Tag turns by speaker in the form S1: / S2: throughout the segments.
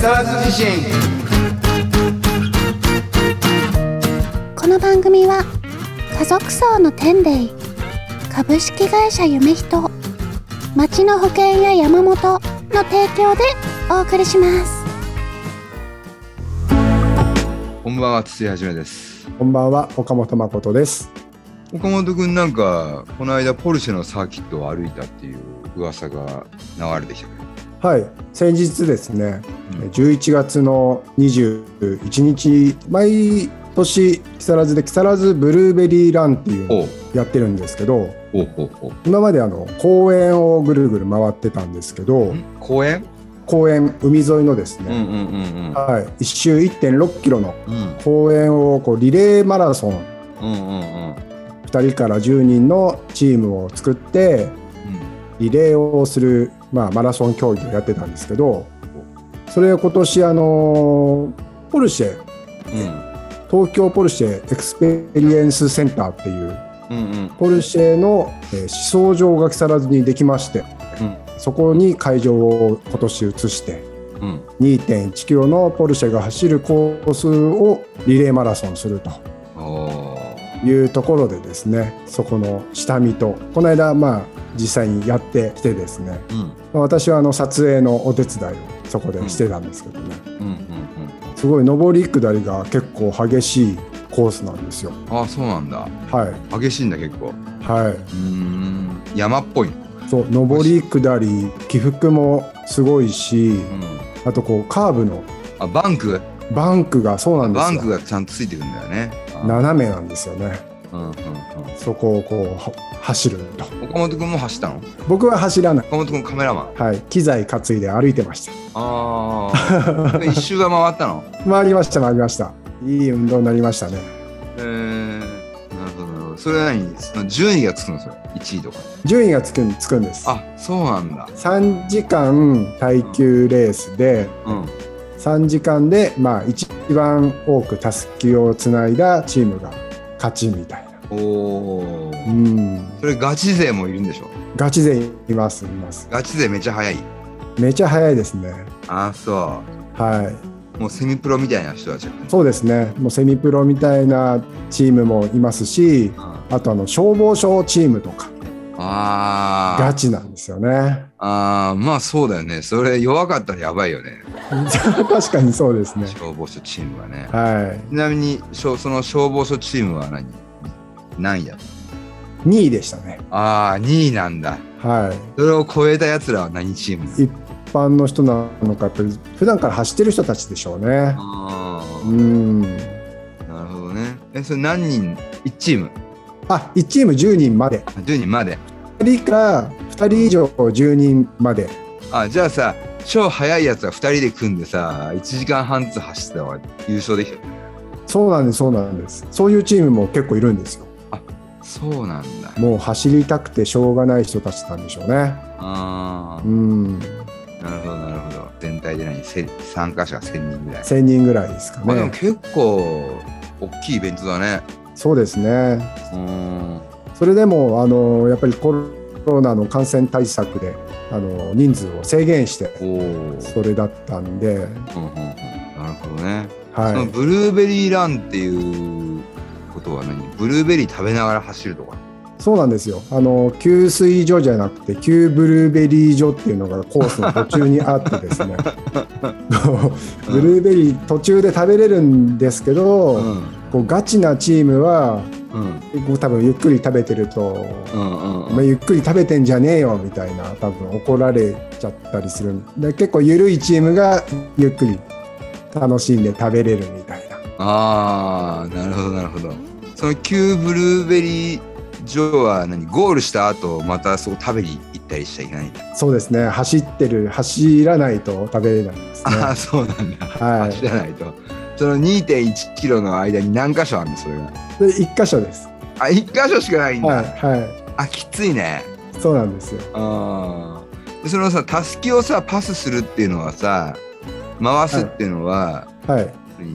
S1: 沢津地震
S2: この番組は家族層の天霊株式会社夢人町の保険や山本の提供でお送りします
S1: こんばんは筒井はじめです
S3: こんばんは、岡本誠です。
S1: 岡本君なんかこの間ポルシェのサーキットを歩いたっていう噂が流れてきたけど
S3: はい、先日ですね、
S1: うん
S3: 11月の21日、毎年、木更津で木更津ブルーベリーランっていうのを
S1: ほう
S3: やってるんですけど、
S1: ほうほうほう
S3: 今まであの公園をぐるぐる回ってたんですけど、
S1: ん公園
S3: 公園、海沿いのです
S1: うんうん
S3: ね、
S1: うん
S3: はい、1周1.6キロの
S1: うんうん
S3: 公園をこうリレーマラソン、
S1: うんうんうん
S3: 2人から10人のチームを作って、リレーをする、まあ、マラソン競技をやってたんですけどそれを今年あのポルシェ
S1: うん
S3: 東京ポルシェエクスペリエンスセンターっていう
S1: うんうん
S3: ポルシェのえー試走場が木更津にできまして
S1: うん
S3: そこに会場を今年移して
S1: うん
S3: 2 1キロのポルシェが走るコースをリレーマラソンすると
S1: あ
S3: いうところでですねそこの下見とこの間まあ実際にやってきてですね
S1: ーうん
S3: 私はあの撮影のお手伝いをそこでしてたんですけどね、
S1: うんうん
S3: すごい上り下りが結構激しいコースなんですよ。
S1: うんああそうなんだ
S3: はい、
S1: 激しいんだ結構
S3: は
S1: うーん山っぽい
S3: い、そう上り下り起伏もすごいし
S1: うん
S3: あとこうカーブの
S1: あバンク
S3: バンクがそうなん
S1: バン
S3: です
S1: ク
S3: よ
S1: がちゃんとついてくんだよね
S3: 斜めなんですよね
S1: うんうんうん
S3: そこをこうは走ると
S1: 岡本君も走ったの
S3: 僕は走らない、
S1: 岡本君カメラマン
S3: はい、機材担いで歩いてました
S1: ああ 一周は回ったの
S3: 回りました回りましたいい運動になりましたね
S1: えー、なるほどなるほどそれは何その順位がつくのそれ1位とか
S3: 順位がつくんつくんです
S1: あそうなんだ
S3: 3時間耐久レースで
S1: うん
S3: 3時間で、まあ、一番多くたすきをつないだチームが勝ちみたいな。
S1: おお
S3: うん、
S1: それガチ勢もいるんでしょ
S3: ガチ勢いますいます。
S1: ガチ勢めっちゃ速い
S3: めちゃ早いですね。
S1: ああそ
S3: はい、
S1: うもうセミプロみたいな人たちがう
S3: そうですね。もうセミプロみたいなチームもいますし、
S1: あ
S3: あとあの消防署チームとか
S1: あー
S3: ガチなんですよね。
S1: あーまあそうだよねそれ弱かったらやばいよね
S3: 確かにそうですね。
S1: 消防署チームはね
S3: は
S1: ちなみにしょその消防署チームは何何位だった
S3: い、2位でしたね。
S1: ああ2位なんだ
S3: は
S1: それを超えたやつらは何チーム
S3: い、一般の人なのか、やっぱり普段から走ってる人たちでしょうね。
S1: あ
S3: うん。
S1: あなるほどねえそれ何人1チーム
S3: あ、1チーム10人まで。
S1: あ10人まで
S3: 2人から2人以上10人まで
S1: あじゃあさ超速いやつは2人で組んでさ1時間半ずつ走ってたわ優勝できた
S3: そうなんですそうなんですそういうチームも結構いるんですよ
S1: そうなんだ
S3: もう走りたくてしょうがない人たちなんでしょうね
S1: ああ
S3: うん
S1: なるほどなるほど全体で何せ参加者1000人ぐらい、
S3: 1000人ぐらいですか
S1: まあでも
S3: ね
S1: 結構大きいイベントだね
S3: そうですね
S1: うん
S3: それでもあのやっぱりコロナの感染対策であの人数を制限して
S1: おお
S3: それだったんで
S1: うんうんうん、なるほどね、その
S3: は
S1: ブルーベリーランっていうことは何ブルーベリー食べながら走るとか
S3: いそうなんですよあの給水所じゃなくて給ブルーベリー所っていうのがコースの途中にあってです ねブルーベリー途中で食べれるんですけど、
S1: うん
S3: こうガチなチームは
S1: うん
S3: こう多分ゆっくり食べてると、
S1: うんうん
S3: お前ゆっくり食べてんじゃねえよみたいな多分怒られちゃったりするで結構ゆるいチームがゆっくり楽しんで食べれるみたいな
S1: ああなるほどなるほどその旧ブルーベリー場は何ゴールした後またそこ食べに行ったりしちゃいけないんだ、
S3: そうですね走ってる走らないと食べれないです ね
S1: ああそうなんだ、
S3: はい
S1: 走らないとその2 1キロの間に何箇所あるのそれが
S3: で1箇所です
S1: あ一1箇所しかないんだ、
S3: はいは
S1: あきついね
S3: いそうなんですよ
S1: あーでそのさたすきをさパスするっていうのはさ回すっていうのは、
S3: はい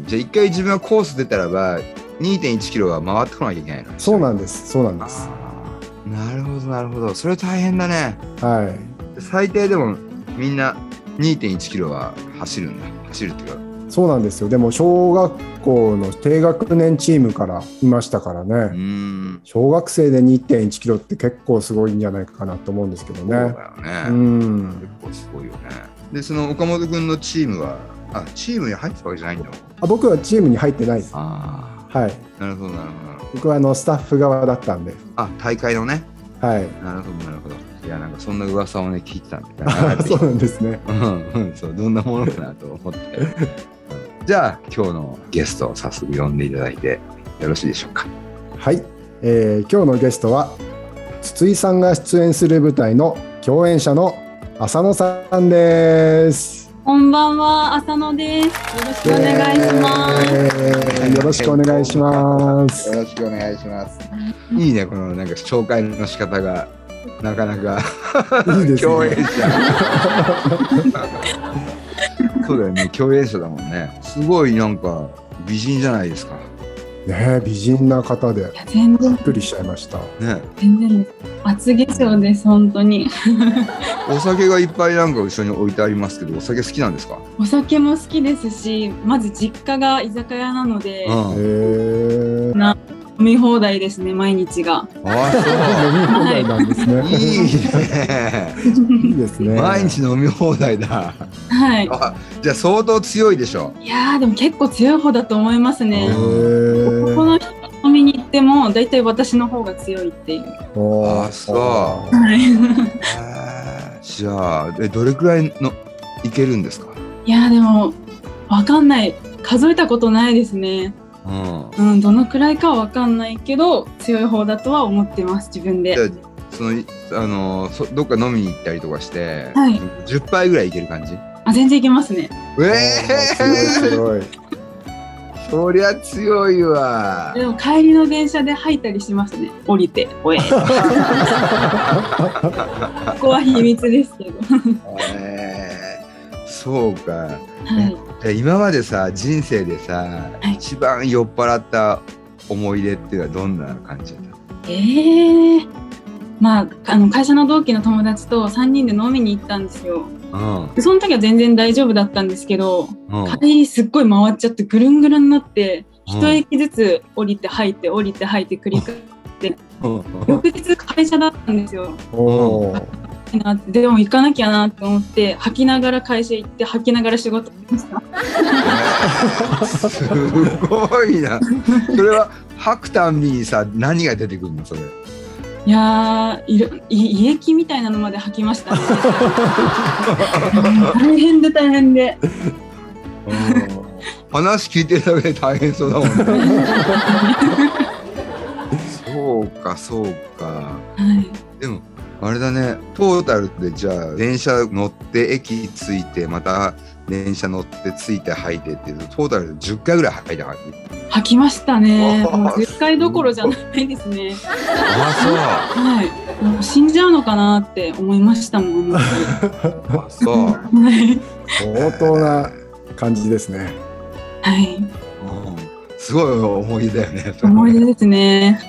S1: じゃあ一回自分がコース出たらば2 1キロは回ってこなきゃいけないの
S3: そうなんんですそうなんです
S1: あーなるほどなるほどそれ大変だね
S3: はい
S1: 最低でもみんな2.1キロは走るんだ走るっていうか
S3: そうなんですよでも小学校の低学年チームからいましたからね、
S1: うーん
S3: 小学生で2 1キロって結構すごいんじゃないかなと思うんですけど
S1: そうだ
S3: ね。
S1: よ
S3: う
S1: ね、
S3: ん、
S1: 結構すごいよねでその岡本君のチームはあチームに入ってたわけじゃないんだ
S3: あ僕はチームに入ってないです。は
S1: あ
S3: い、
S1: あなるほどなるほどなるほど
S3: 僕はあのスタッフ側だったんで、
S1: あ大会のね
S3: はい、
S1: なるほどなるほどいやなんかそんな噂をね聞いてたんだ
S3: そうなんですね。
S1: うんうん、そうどんなものかなと思ってうん じゃあ今日のゲストを早速呼んでいただいてよろしいでしょうか
S3: はい、えー今日のゲストは筒井さんが出演する舞台の共演者の浅野さんです。
S4: こんばんは、浅野です。よろしくお願いします。
S3: えーよろしくお願いします。
S1: よろしくお願いしますいいねこのなんか紹介の仕方がなかなか
S3: いいです
S1: 共演
S3: ね。
S1: 者そうだよね共演者だもんねすごいなんか美人じゃないですか
S3: ね美人な方で
S4: いや、全
S3: びっ
S4: 然、
S3: くりしちゃいました。
S1: ね
S4: 全然です。厚化粧です、本当に。
S1: お酒がいっぱいなんか後ろに置いてありますけどお酒好きなんですか、
S4: お酒も好きですし、まず実家が居酒屋なので、
S3: え
S1: うん、
S3: ー、飲み
S4: 飲み放題ですね、毎 日が。
S1: あ
S3: 放題なんです
S1: そう
S3: ね。
S1: いいね
S3: いいですね。
S1: 毎日飲み放題だ。
S4: はい。
S1: あじゃあ相当強いでしょ。
S4: いやー、でも結構強い方だと思います
S3: へ
S4: ね。ここ
S3: ー。
S4: の人と飲みに行っても、大体私の方が強いっていう。
S3: おー
S1: あそ
S4: はい。
S1: じゃあえどれくらいのいけるんですか。
S4: いやー、でも、わかんない。数えたことないですね。
S1: うん。
S4: うん、どのくらいかはわかんないけど、強い方だとは思ってます、自分で。
S1: じゃあそのいあのそどっか飲みに行ったりとかして、
S4: はい
S1: 10杯ぐらいいける感じ。え
S4: あ、全然いけますね。
S1: え
S3: すごいすごい。
S1: ー、そりゃ強いわ。
S4: でも帰りの電車で吐いたりしますね。降りて、 おえ。ここは秘密ですけど。は
S1: えーそうか。
S4: い。
S1: じゃあ今までさ人生でさ、
S4: はい
S1: 一番酔っ払った思い出っていうのはどんな感じだった。
S4: ええまあ、あの会社の同期の友達と3人で飲みに行ったんですよ。
S1: うん。
S4: でその時は全然大丈夫だったんですけど、
S1: うん
S4: 帰りすっごい回っちゃってぐるんぐるんになって、
S1: うん
S4: 一駅ずつ降りて吐いて降りて吐いて繰り返して、
S1: うん
S4: 翌日会社だったんですよ。
S3: おー
S4: なってでも行かなきゃなって思って吐きながら会社行って吐きながら仕事しまし た
S1: すごいな。それは吐くたんびにさ何が出てくるのそれ。
S4: いやーいろい胃液みたいなのまで吐きましたね 大変で大変で
S1: 話聞いてるだけで大変そうだもん ね。そうかそうか。
S4: はい
S1: でもあれだねトータルでじゃあ電車乗って駅着いてまた電車乗って着いて吐いてっていうトータルで10回ぐらい吐いた感じ。
S4: 吐きましたね
S1: おー
S4: もう10回どころじゃないですね
S1: あ
S4: はいもう死んじゃうのかなって思いましたもん、は
S1: そう。あそう。
S4: い
S3: 相当な感じですね。
S4: はい、
S1: うんすごい思い出だよね。
S4: 思い出ですね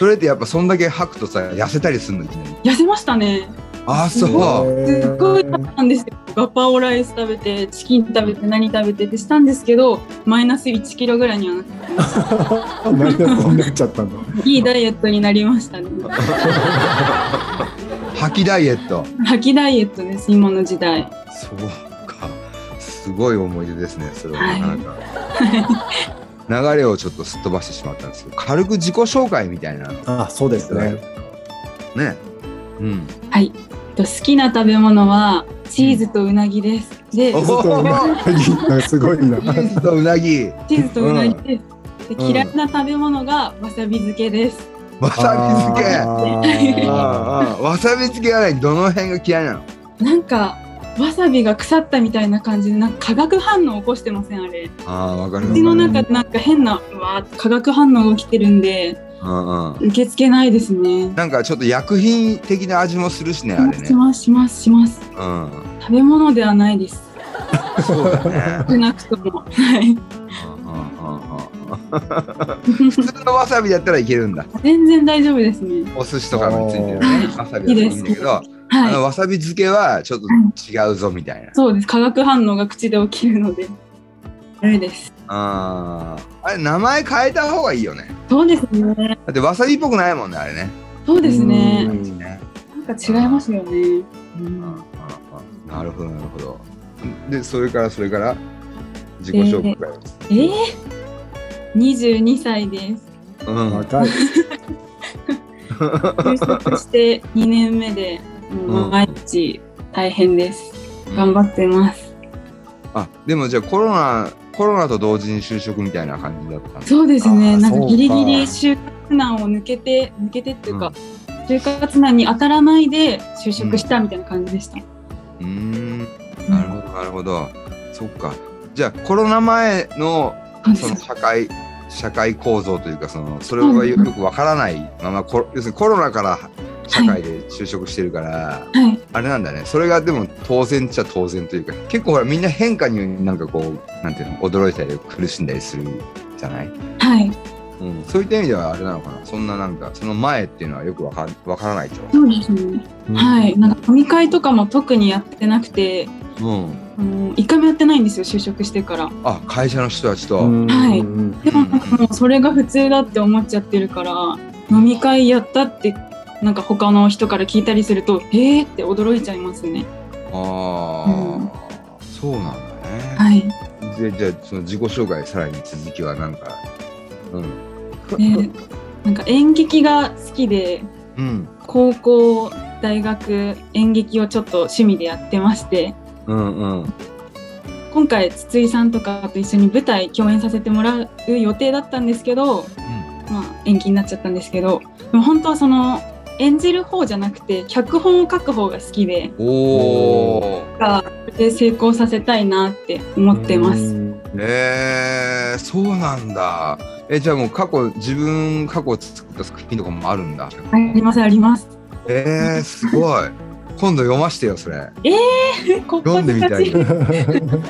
S1: それってやっぱそんだけ吐くとさ痩せたりするのいきなり
S4: 痩せましたね
S1: あそう
S4: すっごい食べ
S3: へ
S4: たんですよ。ガパオライス食べて、チキン食べて、何食べてってしたんですけど、マイナス1キロぐらいにはなって、
S3: ーなんでそんなっちゃったの。
S4: いいダイエットになりましたね。
S1: 吐きダイエット
S4: 吐きダイエットです、今の時代。
S1: そうかすごい思い出ですねそれはなかなか、流れをちょっとすっ飛ばしてしまったんですけど軽く自己紹介みたいなの
S3: あ、そうですね。
S1: ねうん
S4: はい。と好きな食べ物は、チーズとうなぎです。で、
S1: お
S3: ちょっとうなぎすごいな。
S1: チーズとうなぎ
S4: チーズとうなぎです。で
S1: うん
S4: 嫌いな食べ物がわさび漬けです。
S1: わ さび漬けあ
S3: け
S1: あああわさび漬けは何どの辺が嫌いなの
S4: なんか、わさびが腐ったみたいな感じで、なんか化学反応起こしてません、あれ。
S1: あーわかる
S4: 口の中でなんか変な、うわー化学反応が起きてるんで、
S1: うんうん
S4: 受け付けないですね。
S1: なんかちょっと薬品的な味もするしねあれね
S4: しますしますします。
S1: うん
S4: 食べ物ではないです。
S1: そうだね
S4: 少なくとも。はい。
S1: 普通のわさびだったらいけるんだ
S4: 全然大丈夫ですね。
S1: お寿司とかもついてるね
S4: あー
S1: わさびだといいんだけどあ
S4: は
S1: の
S4: い。
S1: わさび漬けはちょっと違うぞみたいな。
S4: そうです。化学反応が口で起きるので。あれです。
S1: あーあれ名前変えた方がいいよね。
S4: そうですね。
S1: だってわさびっぽくないもんねあれね。
S4: そうです
S3: う
S4: ね。
S3: ん
S4: なんか違いますよね。
S1: あああなるほどなるほど。でそれからそれから自己紹介を。
S4: ええ二十二歳です。
S1: うん
S3: 若い。
S4: 就職して二年目で、もう毎日大変です。頑張ってます。
S1: あでもじゃあコロナコロナと同時に就職みたいな感じだったん
S4: そうです
S3: あ
S4: ね。
S3: ー
S4: なん
S3: そ
S4: か
S3: うか
S4: ギリギリ就活難を抜けて抜けてっていうか、就活難に当たらないで就職したみたいな感じでした。
S1: うーんなるほどなるほど。そっか。じゃあコロナ前の
S4: そうで
S1: そ
S4: す
S1: の社会社会構造というかそのそれがよよくわからないままコロ要するにコロナから社会で就職してるから、
S4: はい。
S1: あれなんだねそれがでも当然っちゃ当然というか結構ほらみんな変化になんかこうなんていうの驚いたり苦しんだりするじゃない、
S4: はい。
S1: うん、そういった意味ではあれなのかなそんななんかその前っていうのはよくわかわからないと。
S4: そうですね。はい。なんか飲み会とかも特にやってなくて、
S1: うん、
S4: あの一回もやってないんですよ、就職してから。
S1: あ会社の人たちと。
S3: うん
S4: はい
S3: うん
S4: でもなんかもうそれが普通だって思っちゃってるから、飲み会やったって、なんか他の人から聞いたりすると、えーって驚いちゃいますね。
S1: ああ、そうなんだね。
S4: はい。
S1: でじゃあその自己紹介さらに続きはなんかうん
S4: でなんか演劇が好きで、
S1: うん
S4: 高校、大学、演劇をちょっと趣味でやってまして、
S1: うんうん
S4: 今回筒井さんとかと一緒に舞台共演させてもらう予定だったんですけど、まあ、延期になっちゃったんですけどでも本当はその演じる方じゃなくて脚本を書く方が好きで
S1: おお
S4: で成功させたいなって思ってます。。
S1: えー、そうなんだえじゃあもう過去自分過去作った作品とかもあるんだ
S4: ありますあります。
S1: えー、すごい今度読ましてよそれ、
S4: ここ
S1: 読んでみたい
S4: 立ち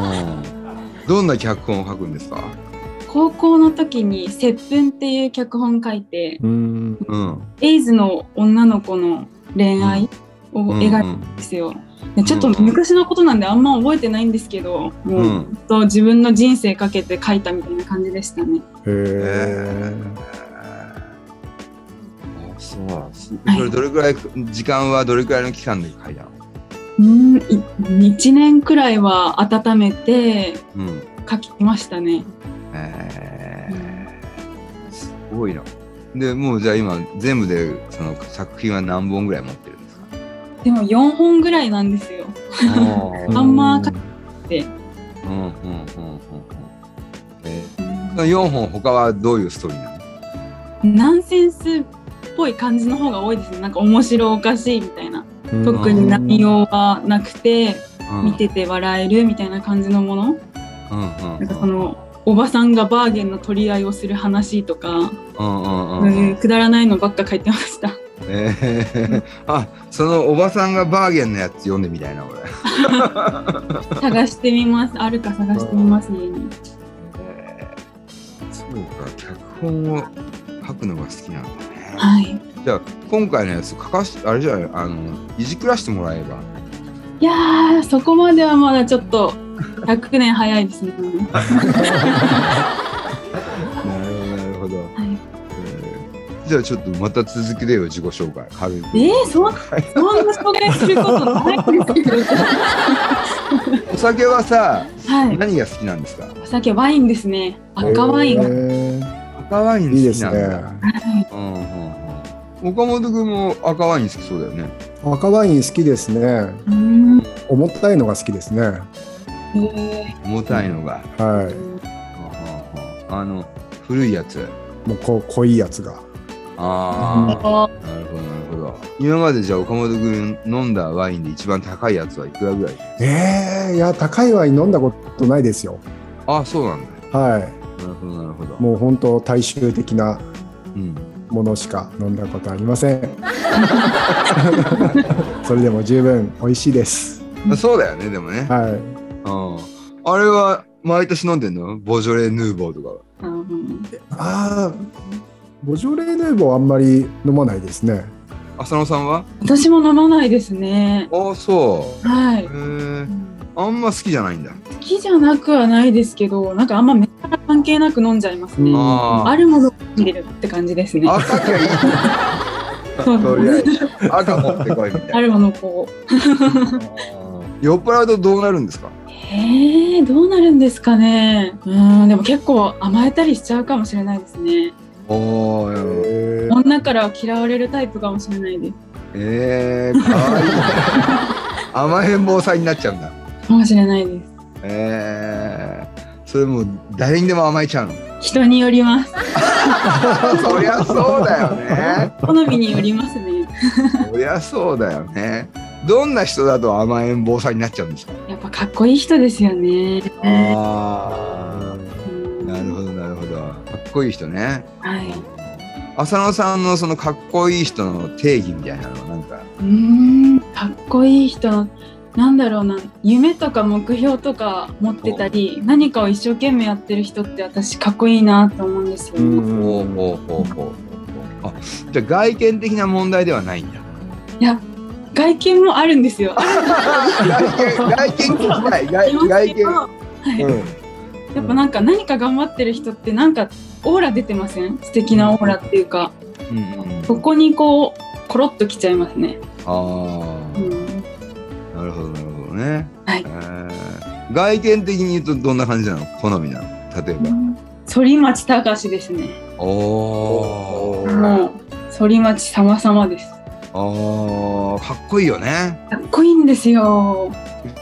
S1: うん、どんな脚本を書くんですか
S4: 高校の時に「接吻」っていう脚本書いて
S3: うん
S1: うん
S4: エイズの女の子の恋愛を
S1: うん
S4: 描いたんですよ。でちょっと昔のことなんであんま覚えてないんですけど、もう
S1: う
S4: 本
S1: ん
S4: 当自分の人生かけて書いたみたいな感じでしたね。
S3: へ
S1: え
S3: え。
S1: あそうそれどれくらい時間はどれくらいの期間で書いたの
S4: うん、い1年くらいは温めて
S1: うん
S4: 書きましたね。
S1: えーすごいな。でもうじゃあ今全部でその作品は何本ぐらい持ってるんですか
S4: でも4本ぐらいなんですよ。あんま書い
S1: うんうんうんうんうんえーその4本他はどういうストーリーなの
S4: ナンセンスっぽい感じの方が多いですね。なんか面白おかしいみたいな。特に内容はなくて、
S1: うん
S4: 見てて笑えるみたいな感じのもの。
S1: うんうん
S4: なんかそのおばさんがバーゲンの取り合いをする話とか、
S1: うんうんう
S4: う
S1: んうん
S4: ん、くだらないのばっか書いてました。
S1: えーあそのおばさんがバーゲンのやつ読んでみたいな俺。
S4: 探してみます。あるか探してみます、家に。
S1: えーそうか脚本を書くのが好きなんだね。
S4: はい。
S1: じゃあ今回のやつ書かしあれじゃないあのいじくらしてもらえば
S4: いやー、そこまではまだちょっと100年早いですね。
S1: なるほどなるほど、
S4: はい
S1: えーじゃあちょっとまた続きでよ自己紹介軽い
S4: えー、そんそんな紹介することない ですけど。
S1: お酒はさ
S4: はい。
S1: 何が好きなんですか
S4: お酒ワインですね。赤ワインが。
S3: ン。
S1: 赤ワイン
S3: いいで
S1: 好き
S3: す
S1: なん
S3: ね
S1: だ。うんうんうん岡本君も赤ワイン好きそうだよね
S3: 赤ワイン好きですね。
S4: うーん。
S3: 重たいのが好きですね。
S4: え
S1: 重たいのが、う
S3: は
S1: んうんうんあの古いやつ
S3: い。もうこう濃いやつが。
S1: ああ、な
S4: ー、
S1: るほどなるほど今までじゃあ岡本君飲んだワインで一番高いやつはいくらぐらい
S3: ええ、いや高いワイン飲んだことないですよ。
S1: ああそうなんだ
S3: はい。
S1: なるほどなるほど
S3: もう本当大衆的な
S1: うん
S3: ものしか飲んだことありま せん。それでも十分美味しいです。
S1: そうだよねでもね、
S3: は
S1: うん、あれは毎年飲んでんのボジョレ・ヌーボーとかは
S4: あの
S3: い。ああ、ボジョレ・ヌーボーあんまり飲まないですね。
S1: あ浅野さんは
S4: 私も飲まないですね。
S1: ああそう
S4: はい
S1: へ。えあんま好きじゃないんだ
S4: 好きじゃなくはないですけど、なんかあんまめっちゃ関係なく飲んじゃいますね。
S1: あ
S4: あるものを入れるって感じですね。
S1: 赤がいい
S4: そう
S1: とりあえず赤持ってこいみた いな
S4: あるものをこう。
S1: 酔っ払うとどうなるんですか
S4: えー、どうなるんですかね。うん、でも結構甘えたりしちゃうかもしれないですね。
S1: おお
S3: えー
S4: 女から嫌われるタイプかもしれないで
S1: えー、かわいい 甘えん坊さんになっちゃうんだ
S4: す。かもしれないです。
S1: えー、それもう誰にでも甘えちゃうの
S4: 人によります。
S1: そりゃそうだよね
S4: 好みによりますね。
S1: そりゃそうだよねどんな人だと甘えん坊さんになっちゃうんですか
S4: やっぱかっこいい人ですよね。
S1: あ
S4: うん
S1: ーなるほどなるほどかっこいい人ね
S4: はい。
S1: 浅野さんのそのかっこいい人の定義みたいなのはなんか
S4: うーん、かっこいい人。なんだろうな夢とか目標とか持ってたり何かを一生懸命やってる人って私かっこいいなと思うんですよ、
S3: うん
S4: い
S1: ほうほうほうほうあじゃあ外見的な問題ではないんだ
S4: や外見もあるんですよあ
S1: 外見外見聞きたい
S4: り
S1: 外外
S4: ますけど
S1: 見
S4: やっぱなんか何か頑張ってる人ってなんかオーラ出てません素敵なオーラっていうか
S1: うんうん
S4: ここにこうコロッときちゃいますね、
S1: あ
S4: う
S1: あ
S4: ん、
S1: なるほどなるほどね、
S4: はい
S1: えー外見的に言うとどんな感じなの好みなの例えば、
S4: 反町隆史ですね
S1: おお
S4: もう反町様々です
S1: あーかっこいいよね
S4: かっこいいんですよ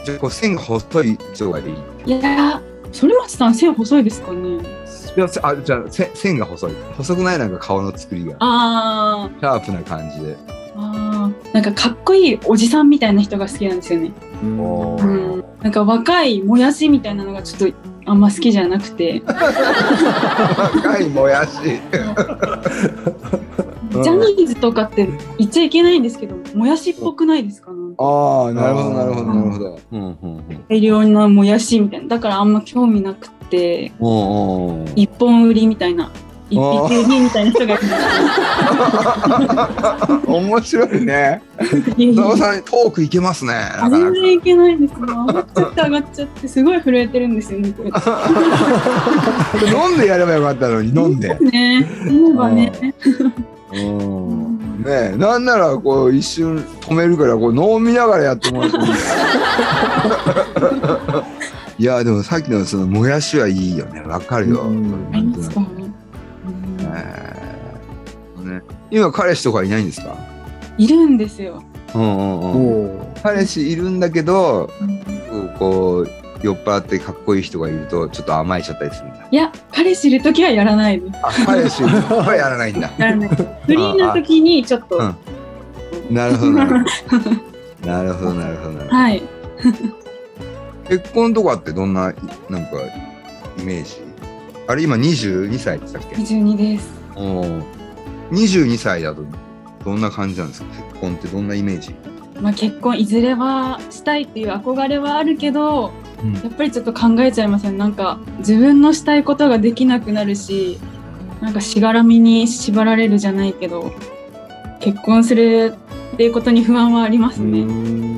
S1: じゃあこう線が細い人がいい
S4: いやー反町さん線細いですかね
S1: いやせあじゃあせ線が細い細くないなんか顔の作りが
S4: あー
S1: シャープな感じで
S4: あーなんかかっこいいおじさんみたいな人が好きなんですよね、
S1: お
S4: う
S1: ー
S4: ん、なんか若いもやしみたいなのがちょっとあんま好きじゃなくて
S1: 若いもやし
S4: ジャニーズとかって言っちゃいけないんですけどもやしっぽくないですかね
S1: ああ
S3: なるほどなるほど
S4: なる
S1: ほどうんうんうん
S4: 大量なもやしみたいなだからあんま興味なくて
S1: おーおー
S4: 一本売りみたいな一匹売りみたいな人がいるん
S1: 面白いね
S4: です
S1: 佐
S4: よ
S1: 野さんトークいけますねなかな
S4: 全
S1: か
S4: 然いけないんですよ上がっちゃって上がっちゃってすごい震えてるんですよねこれ
S1: 飲んでやればよかったのに飲んで。
S4: ね飲めばね
S1: うんねえなんならこう一瞬止めるからこう飲みながらやってもらってもいいいやでもさっきのそのもやしはいいよねわかるよ。
S3: うん
S4: ありますか
S1: ね
S4: ねうん
S1: えね今彼氏とかいないんですか、
S4: いるんですよ、
S1: うんうんうん、
S3: おー
S1: 彼氏いるんだけど
S4: い
S1: こう酔っ払ってかっこいい人がいるとちょっと甘えちゃったりするんだ。
S4: や彼氏いる時はやらないです
S1: あ彼氏は やらないんだ。
S4: やらないですフリーな時にちょっと、
S1: うんなるほどなるほど。なるほどなるほどなるほど。
S4: はい
S1: 結婚とかってどんないなんかイメージあれ今22歳でしたっけ
S4: 22です
S1: おお22歳だとどんな感じなんですか結婚ってどんなイメージ
S4: まあ、結婚いずれはしたいっていう憧れはあるけど、
S1: うん
S4: やっぱりちょっと考えちゃいませんなんか自分のしたいことができなくなるしなんかしがらみに縛られるじゃないけど結婚するっていうことに不安はありますね、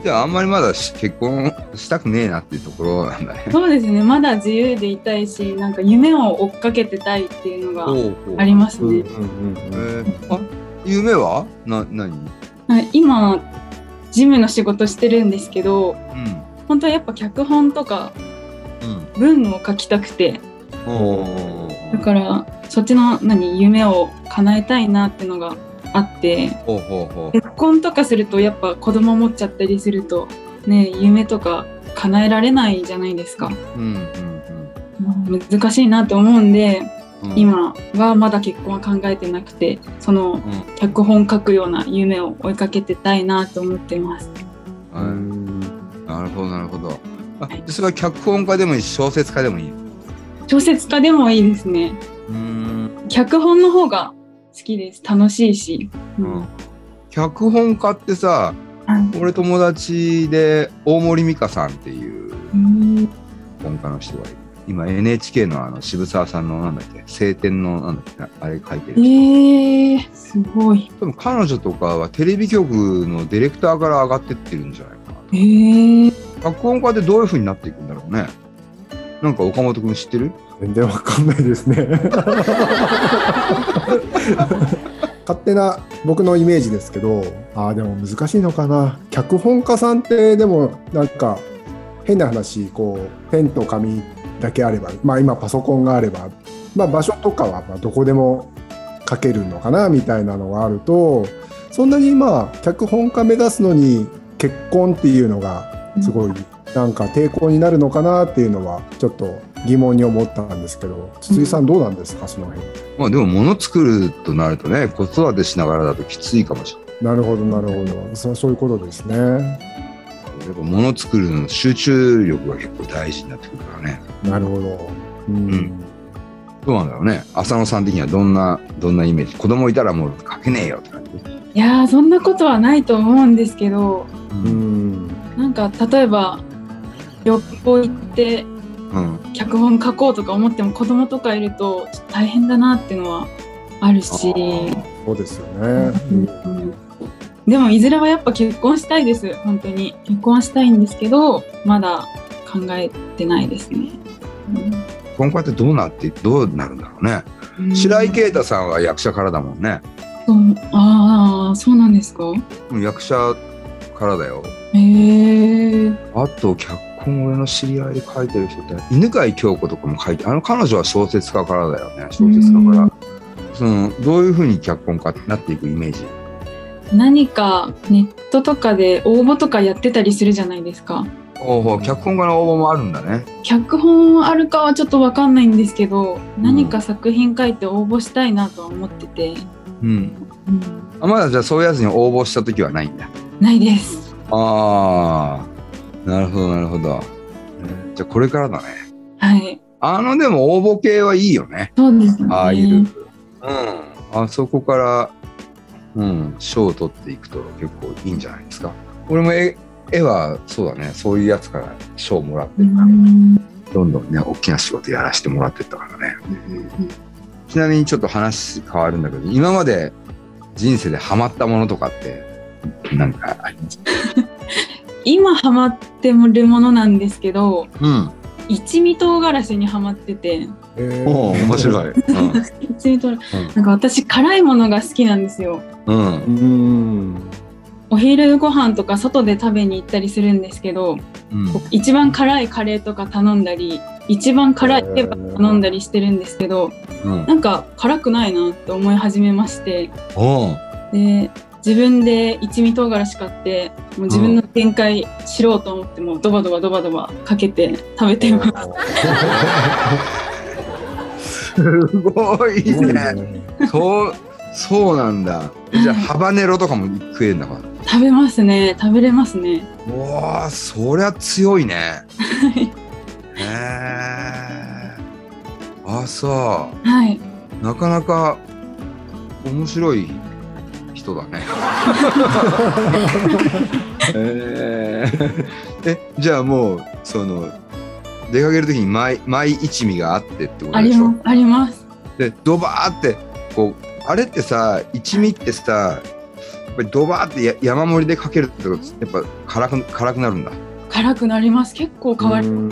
S1: じゃああんまりまだし結婚したくねえなっていうところなんだね
S4: そうですねまだ自由でいたいしなんか夢を追っかけてたいっていうのがありますね、
S1: えーあ夢はな何うん
S4: はい今ジムの仕事してるんですけど本当はやっぱ脚本とか
S1: うん
S4: 文を書きたくて
S1: お
S4: だからそっちの何夢を叶えたいなってのがあって
S1: ほうほうほう
S4: 結婚とかするとやっぱ子供持っちゃったりするとね夢とか叶えられないじゃないですか
S1: うんうん
S4: 難しいなと思うんで
S1: うんうん
S4: 今はまだ結婚は考えてなくてその脚本書くような夢を追いかけてたいなと思ってます
S1: はいなるほどなるほどあそれは脚本家でもいいし小説家でもいい
S4: 小説家でもいいですね
S1: うん
S4: 脚本の方が好きです楽しいし、うん
S1: 脚本家ってさ俺友達で大森美香さんっていう
S4: うん
S1: 本家の人がいる今 NHK のあの渋沢さんのなんだっけ晴天のなんだっけなあれ書いてる人
S4: えー、すごい。
S1: 多分彼女とかはテレビ局のディレクターから上がってってるんじゃないかな
S4: えー、
S1: 脚本家ってどういう風になっていくんだろうねなんか岡本君知ってる
S3: 全然わかんないですね。勝手な僕のイメージですけど、ああ、でも難しいのかな。脚本家さんって、でもなんか変な話、こう、ペンと紙だけあれば、まあ今パソコンがあれば、まあ場所とかはまあどこでも書けるのかな、みたいなのがあると、そんなにまあ脚本家目指すのに結婚っていうのがすごいなんか抵抗になるのかなっていうのはちょっと疑問に思ったんですけど筒井さんどうなんですかその辺
S1: まあでも物作るとなるとね子育てしながらだときついかもしれない
S3: なるほどなるほどそそういうことですね
S1: やっぱ物作るの集中力が結構大事になってくるからね
S3: なるほどうん、
S1: うんどうなんだろうね浅野さん的にはどんなどんなイメージ子供いたらもう書けねえよって感じ、
S4: いやーそんなことはないと思うんですけど
S3: う
S1: うん
S3: ん
S4: なんか例えば旅行行って脚本書こうとか思っても子供とかいるとちょっと大変だなっていうのはあるし
S3: そうですよね、うん
S4: うんでもいずれはやっぱ結婚したいです本当に結婚はしたいんですけどまだ考えてないですね、
S1: 今後ってどうなってどうなるんだろうね、
S4: うん
S1: 白井啓太さんは役者からだもんね
S4: そうああそうなんですか
S1: うん役者からだよ
S4: へえ
S1: あと脚本俺の知り合いで書いてる人って犬飼京子とかも書いてあの彼女は小説家からだよね小説家から、
S4: うん
S1: そのどういうふうに脚本家になっていくイメージ
S4: 何かネットとかで応募とかやってたりするじゃないですか
S1: おお脚本家の応募もあるんだね
S4: 脚本あるかはちょっとわかんないんですけど何か作品書いて応募したいなとは思ってて、
S1: うんあまだじゃあそういうやつに応募した時はないんだ
S4: ないです
S1: ああなるほどなるほどじゃあこれからだね
S4: はい
S1: あのでも応募系はいいよね
S4: そうですね
S1: ああいう、うん、あそこから、うん、賞を取っていくと結構いいんじゃないですか俺も絵絵はそうだねそういうやつから賞をもらって
S4: う
S1: る
S4: ん
S1: か
S4: う
S1: ら、
S4: ん
S1: どんどんね大きな仕事やらせてもらってったからねちなみにちょっと話変わるんだけど今まで人生でハマったものとかってなんかあります
S4: 今ハマってるものなんですけど
S1: うん
S4: 一味唐辛子にハマってて
S3: えー
S1: おお面
S3: い、
S1: 白い。
S4: 一味唐辛子、なんか私辛いものが好きなんですよ
S1: うん。う。
S3: うんん、
S4: お昼ご飯とか外で食べに行ったりするんですけど一番辛いカレーとか頼んだり一番辛いケバブ頼んだりしてるんですけど
S1: うん。
S4: なんか辛くないなって思い始めまして
S1: おお。
S4: で自分で一味唐辛子買ってもう自分の限界知ろうと思ってもうドバドバドバドバかけて食べてます、
S1: すごい
S3: すごい
S1: ね。
S3: ね
S1: そう、そうなんだ。じゃあ、ハバネロとかも食えんだか
S4: 食べますね食べれますね
S1: ら。うわあ、そりゃ強いね。
S4: い
S1: へえ。あ、そ。
S4: はいう
S1: なかなか。面白い。人だ ね。えー、え、じゃあ、もう、その。出かける時に、毎、毎一味があってってこと
S4: あ
S1: で
S4: り
S1: しょ
S4: ますあります
S1: でドバーってこうあれってさ一味ってさやっぱりドバーってや山盛りでかけるってことやっぱ辛く辛くなるんだ
S4: 辛くなります結構変わる、
S3: うん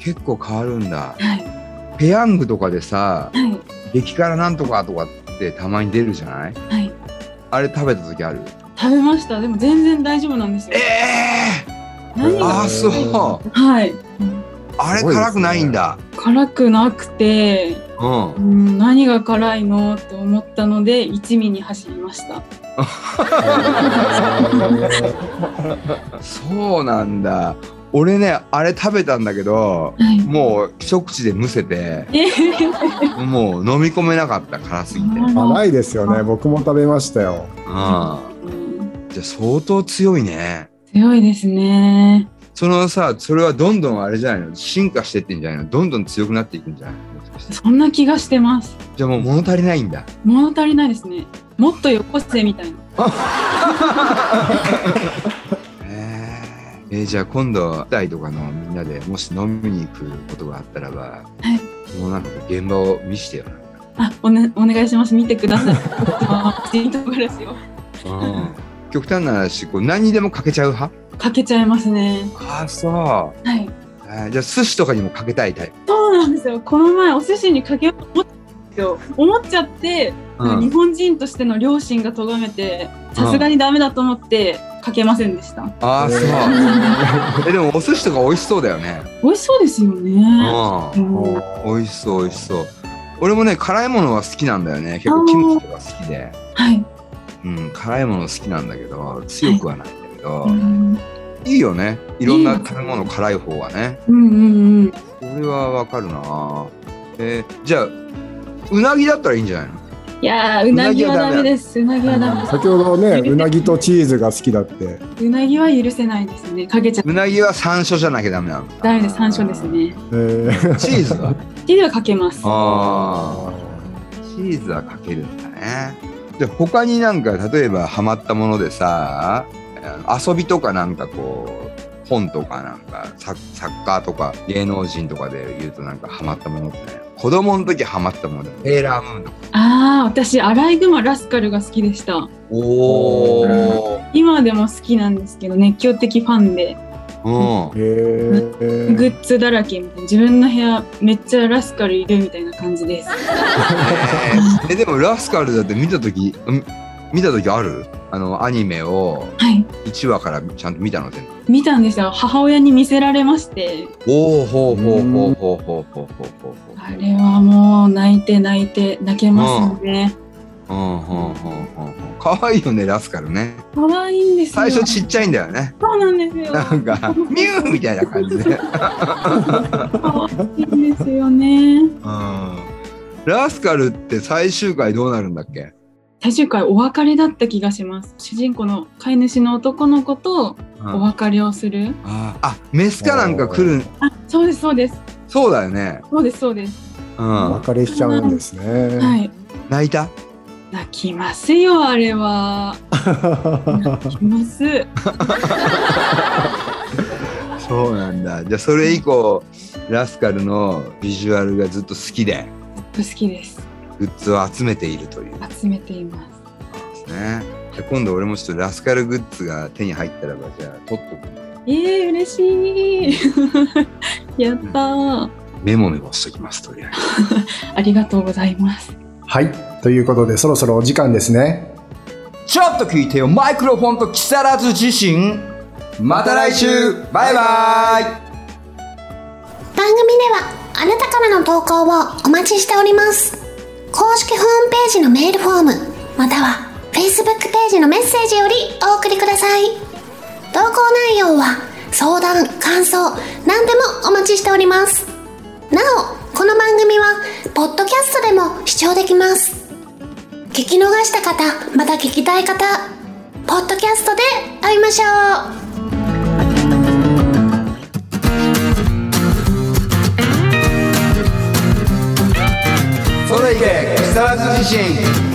S1: 結構変わるんだ
S4: はい
S1: ペヤングとかでさ
S4: はい
S1: 激辛なんとかとかってたまに出るじゃない
S4: はい
S1: あれ食べた時ある
S4: 食べましたでも全然大丈夫なんですよ
S1: ええ
S4: 何
S1: ー、あ
S4: が
S1: あそう
S4: はい
S1: あれ
S3: すごいですね
S1: 辛くないんだ
S4: 辛くなくて、
S1: うん
S4: うん、何が辛いのって思ったので一味に走りました
S1: そうなんだ俺ねあれ食べたんだけど
S4: はい
S1: もう一口でむせて
S4: え
S1: もう飲み込めなかった辛すぎてうん
S3: 辛いですよね僕も食べましたよ
S4: うん
S1: じゃあ相当強いね。
S4: 強いですね
S1: そのさ、それはどんどんあれじゃないの進化してってんじゃないのどんどん強くなっていくんじゃないのもしかして
S4: そんな気がしてます
S1: じゃあもう物足りないんだ。
S4: 物足りないですねもっとよこせみたいな
S1: へええじゃあ今度台とかのみんなでもし飲みに行くことがあったらば、もうなんか現場を見してよな
S4: あお,、ね、お願いします見てくださいあジント暮らしを
S1: 極端な話こう何にでもかけちゃう派
S4: かけちゃいますね
S1: ああそ
S4: はい。
S1: うえーじゃあ寿司とかにもかけたいタイプ、
S4: そうなんですよこの前お寿司にかけようと思ったんですよ思っちゃって、
S1: うん
S4: 日本人としての良心が咎めてさすがにダメだと思ってかけませんでした、
S1: ああ そうえでもお寿司とか美味しそうだよね
S4: 美味しそうですよね、
S1: う
S4: うんは
S1: ん美味しそう美味しそう俺もね辛いものは好きなんだよね結構キムチとか好きで、う
S4: い、
S1: ん、辛いもの好きなんだけど強くはないんだけど、
S4: うん、
S1: いいよねいろんな食べ物辛い方はね
S4: うんうんうん
S1: これはわかるなえーじゃあうなぎだったらいいんじゃないの
S4: いやーうなぎはダメですうなぎはダメです
S3: 先ほどねうなぎとチーズが好きだって
S4: うなぎは許せないですねかけちゃ
S1: うなぎは山椒じゃなきゃダメなの
S4: ダメです山椒ですね
S3: えー
S1: チーズは
S4: チーズはかけます
S1: あーチーズはかけるんだねで他になんか例えばハマったものでさあの遊びとかなんかこう本とかなんかサッサッカーとか芸能人とかで言うとなんかハマったものってね子供の時ハマったものでセーラームーンとか
S4: あー私アライグマラスカルが好きでした
S1: お
S3: お
S4: 今でも好きなんですけど熱狂的ファンで
S1: うん
S3: えー
S4: グッズだらけみたいな自分の部屋めっちゃラスカルいるみたいな感じです
S1: えでもラスカルだって見た時ん見た時あるあのアニメを
S4: はい
S1: 1話からちゃんと見たの全部
S4: 見たんですよ母親に見せられまして
S1: おおほうほうほうほうほうほうほうほうほう
S4: あれはもう泣いて泣いて泣けますね
S1: うんうんうんうんうんかわいいよねラスカルね
S4: 可愛いんですよ
S1: 最初ちっちゃいんだよね
S4: そうなんですよ
S1: なん かミューみたいな感じで、 うん、
S4: 可愛いんですよね
S1: ラスカルって最終回どうなるんだっけ
S4: 最終回お別れだった気がします主人公の飼い主の男の子と
S1: うん
S4: お別れをする、
S1: ああメスかなんか来る
S4: あそうですそうです
S1: そうだよね
S4: そうですそうです、
S1: う
S3: お
S1: ん
S3: 別れしちゃうんですね。
S4: はい
S1: 泣いた
S4: 泣きますよあ れは泣きます
S1: そうなんだじゃあそれ以降ラスカルのビジュアルがずっと好きで
S4: 好きです
S1: グッズを集めているということ
S4: 集めています
S1: ですねじゃあ今度俺もちょっとラスカルグッズが手に入ったらばじゃあ取っとく
S4: えー、嬉しい やったー
S1: メモメモしときますとりあえず
S4: ありがとうございます
S3: はい。ということで、そろそろお時間ですね。
S1: ちょっと聞いてよマイクロフォンと木更津自身また来週バイバイ
S2: 番組ではあなたからの投稿をお待ちしております公式ホームページのメールフォームまたは Facebook ページのメッセージよりお送りください投稿内容は相談感想何でもお待ちしておりますなおこの番組はポッドキャストでも視聴できます聞き逃した方また聞きたい方ポッドキャストで会いましょう
S1: それいけ木更津自身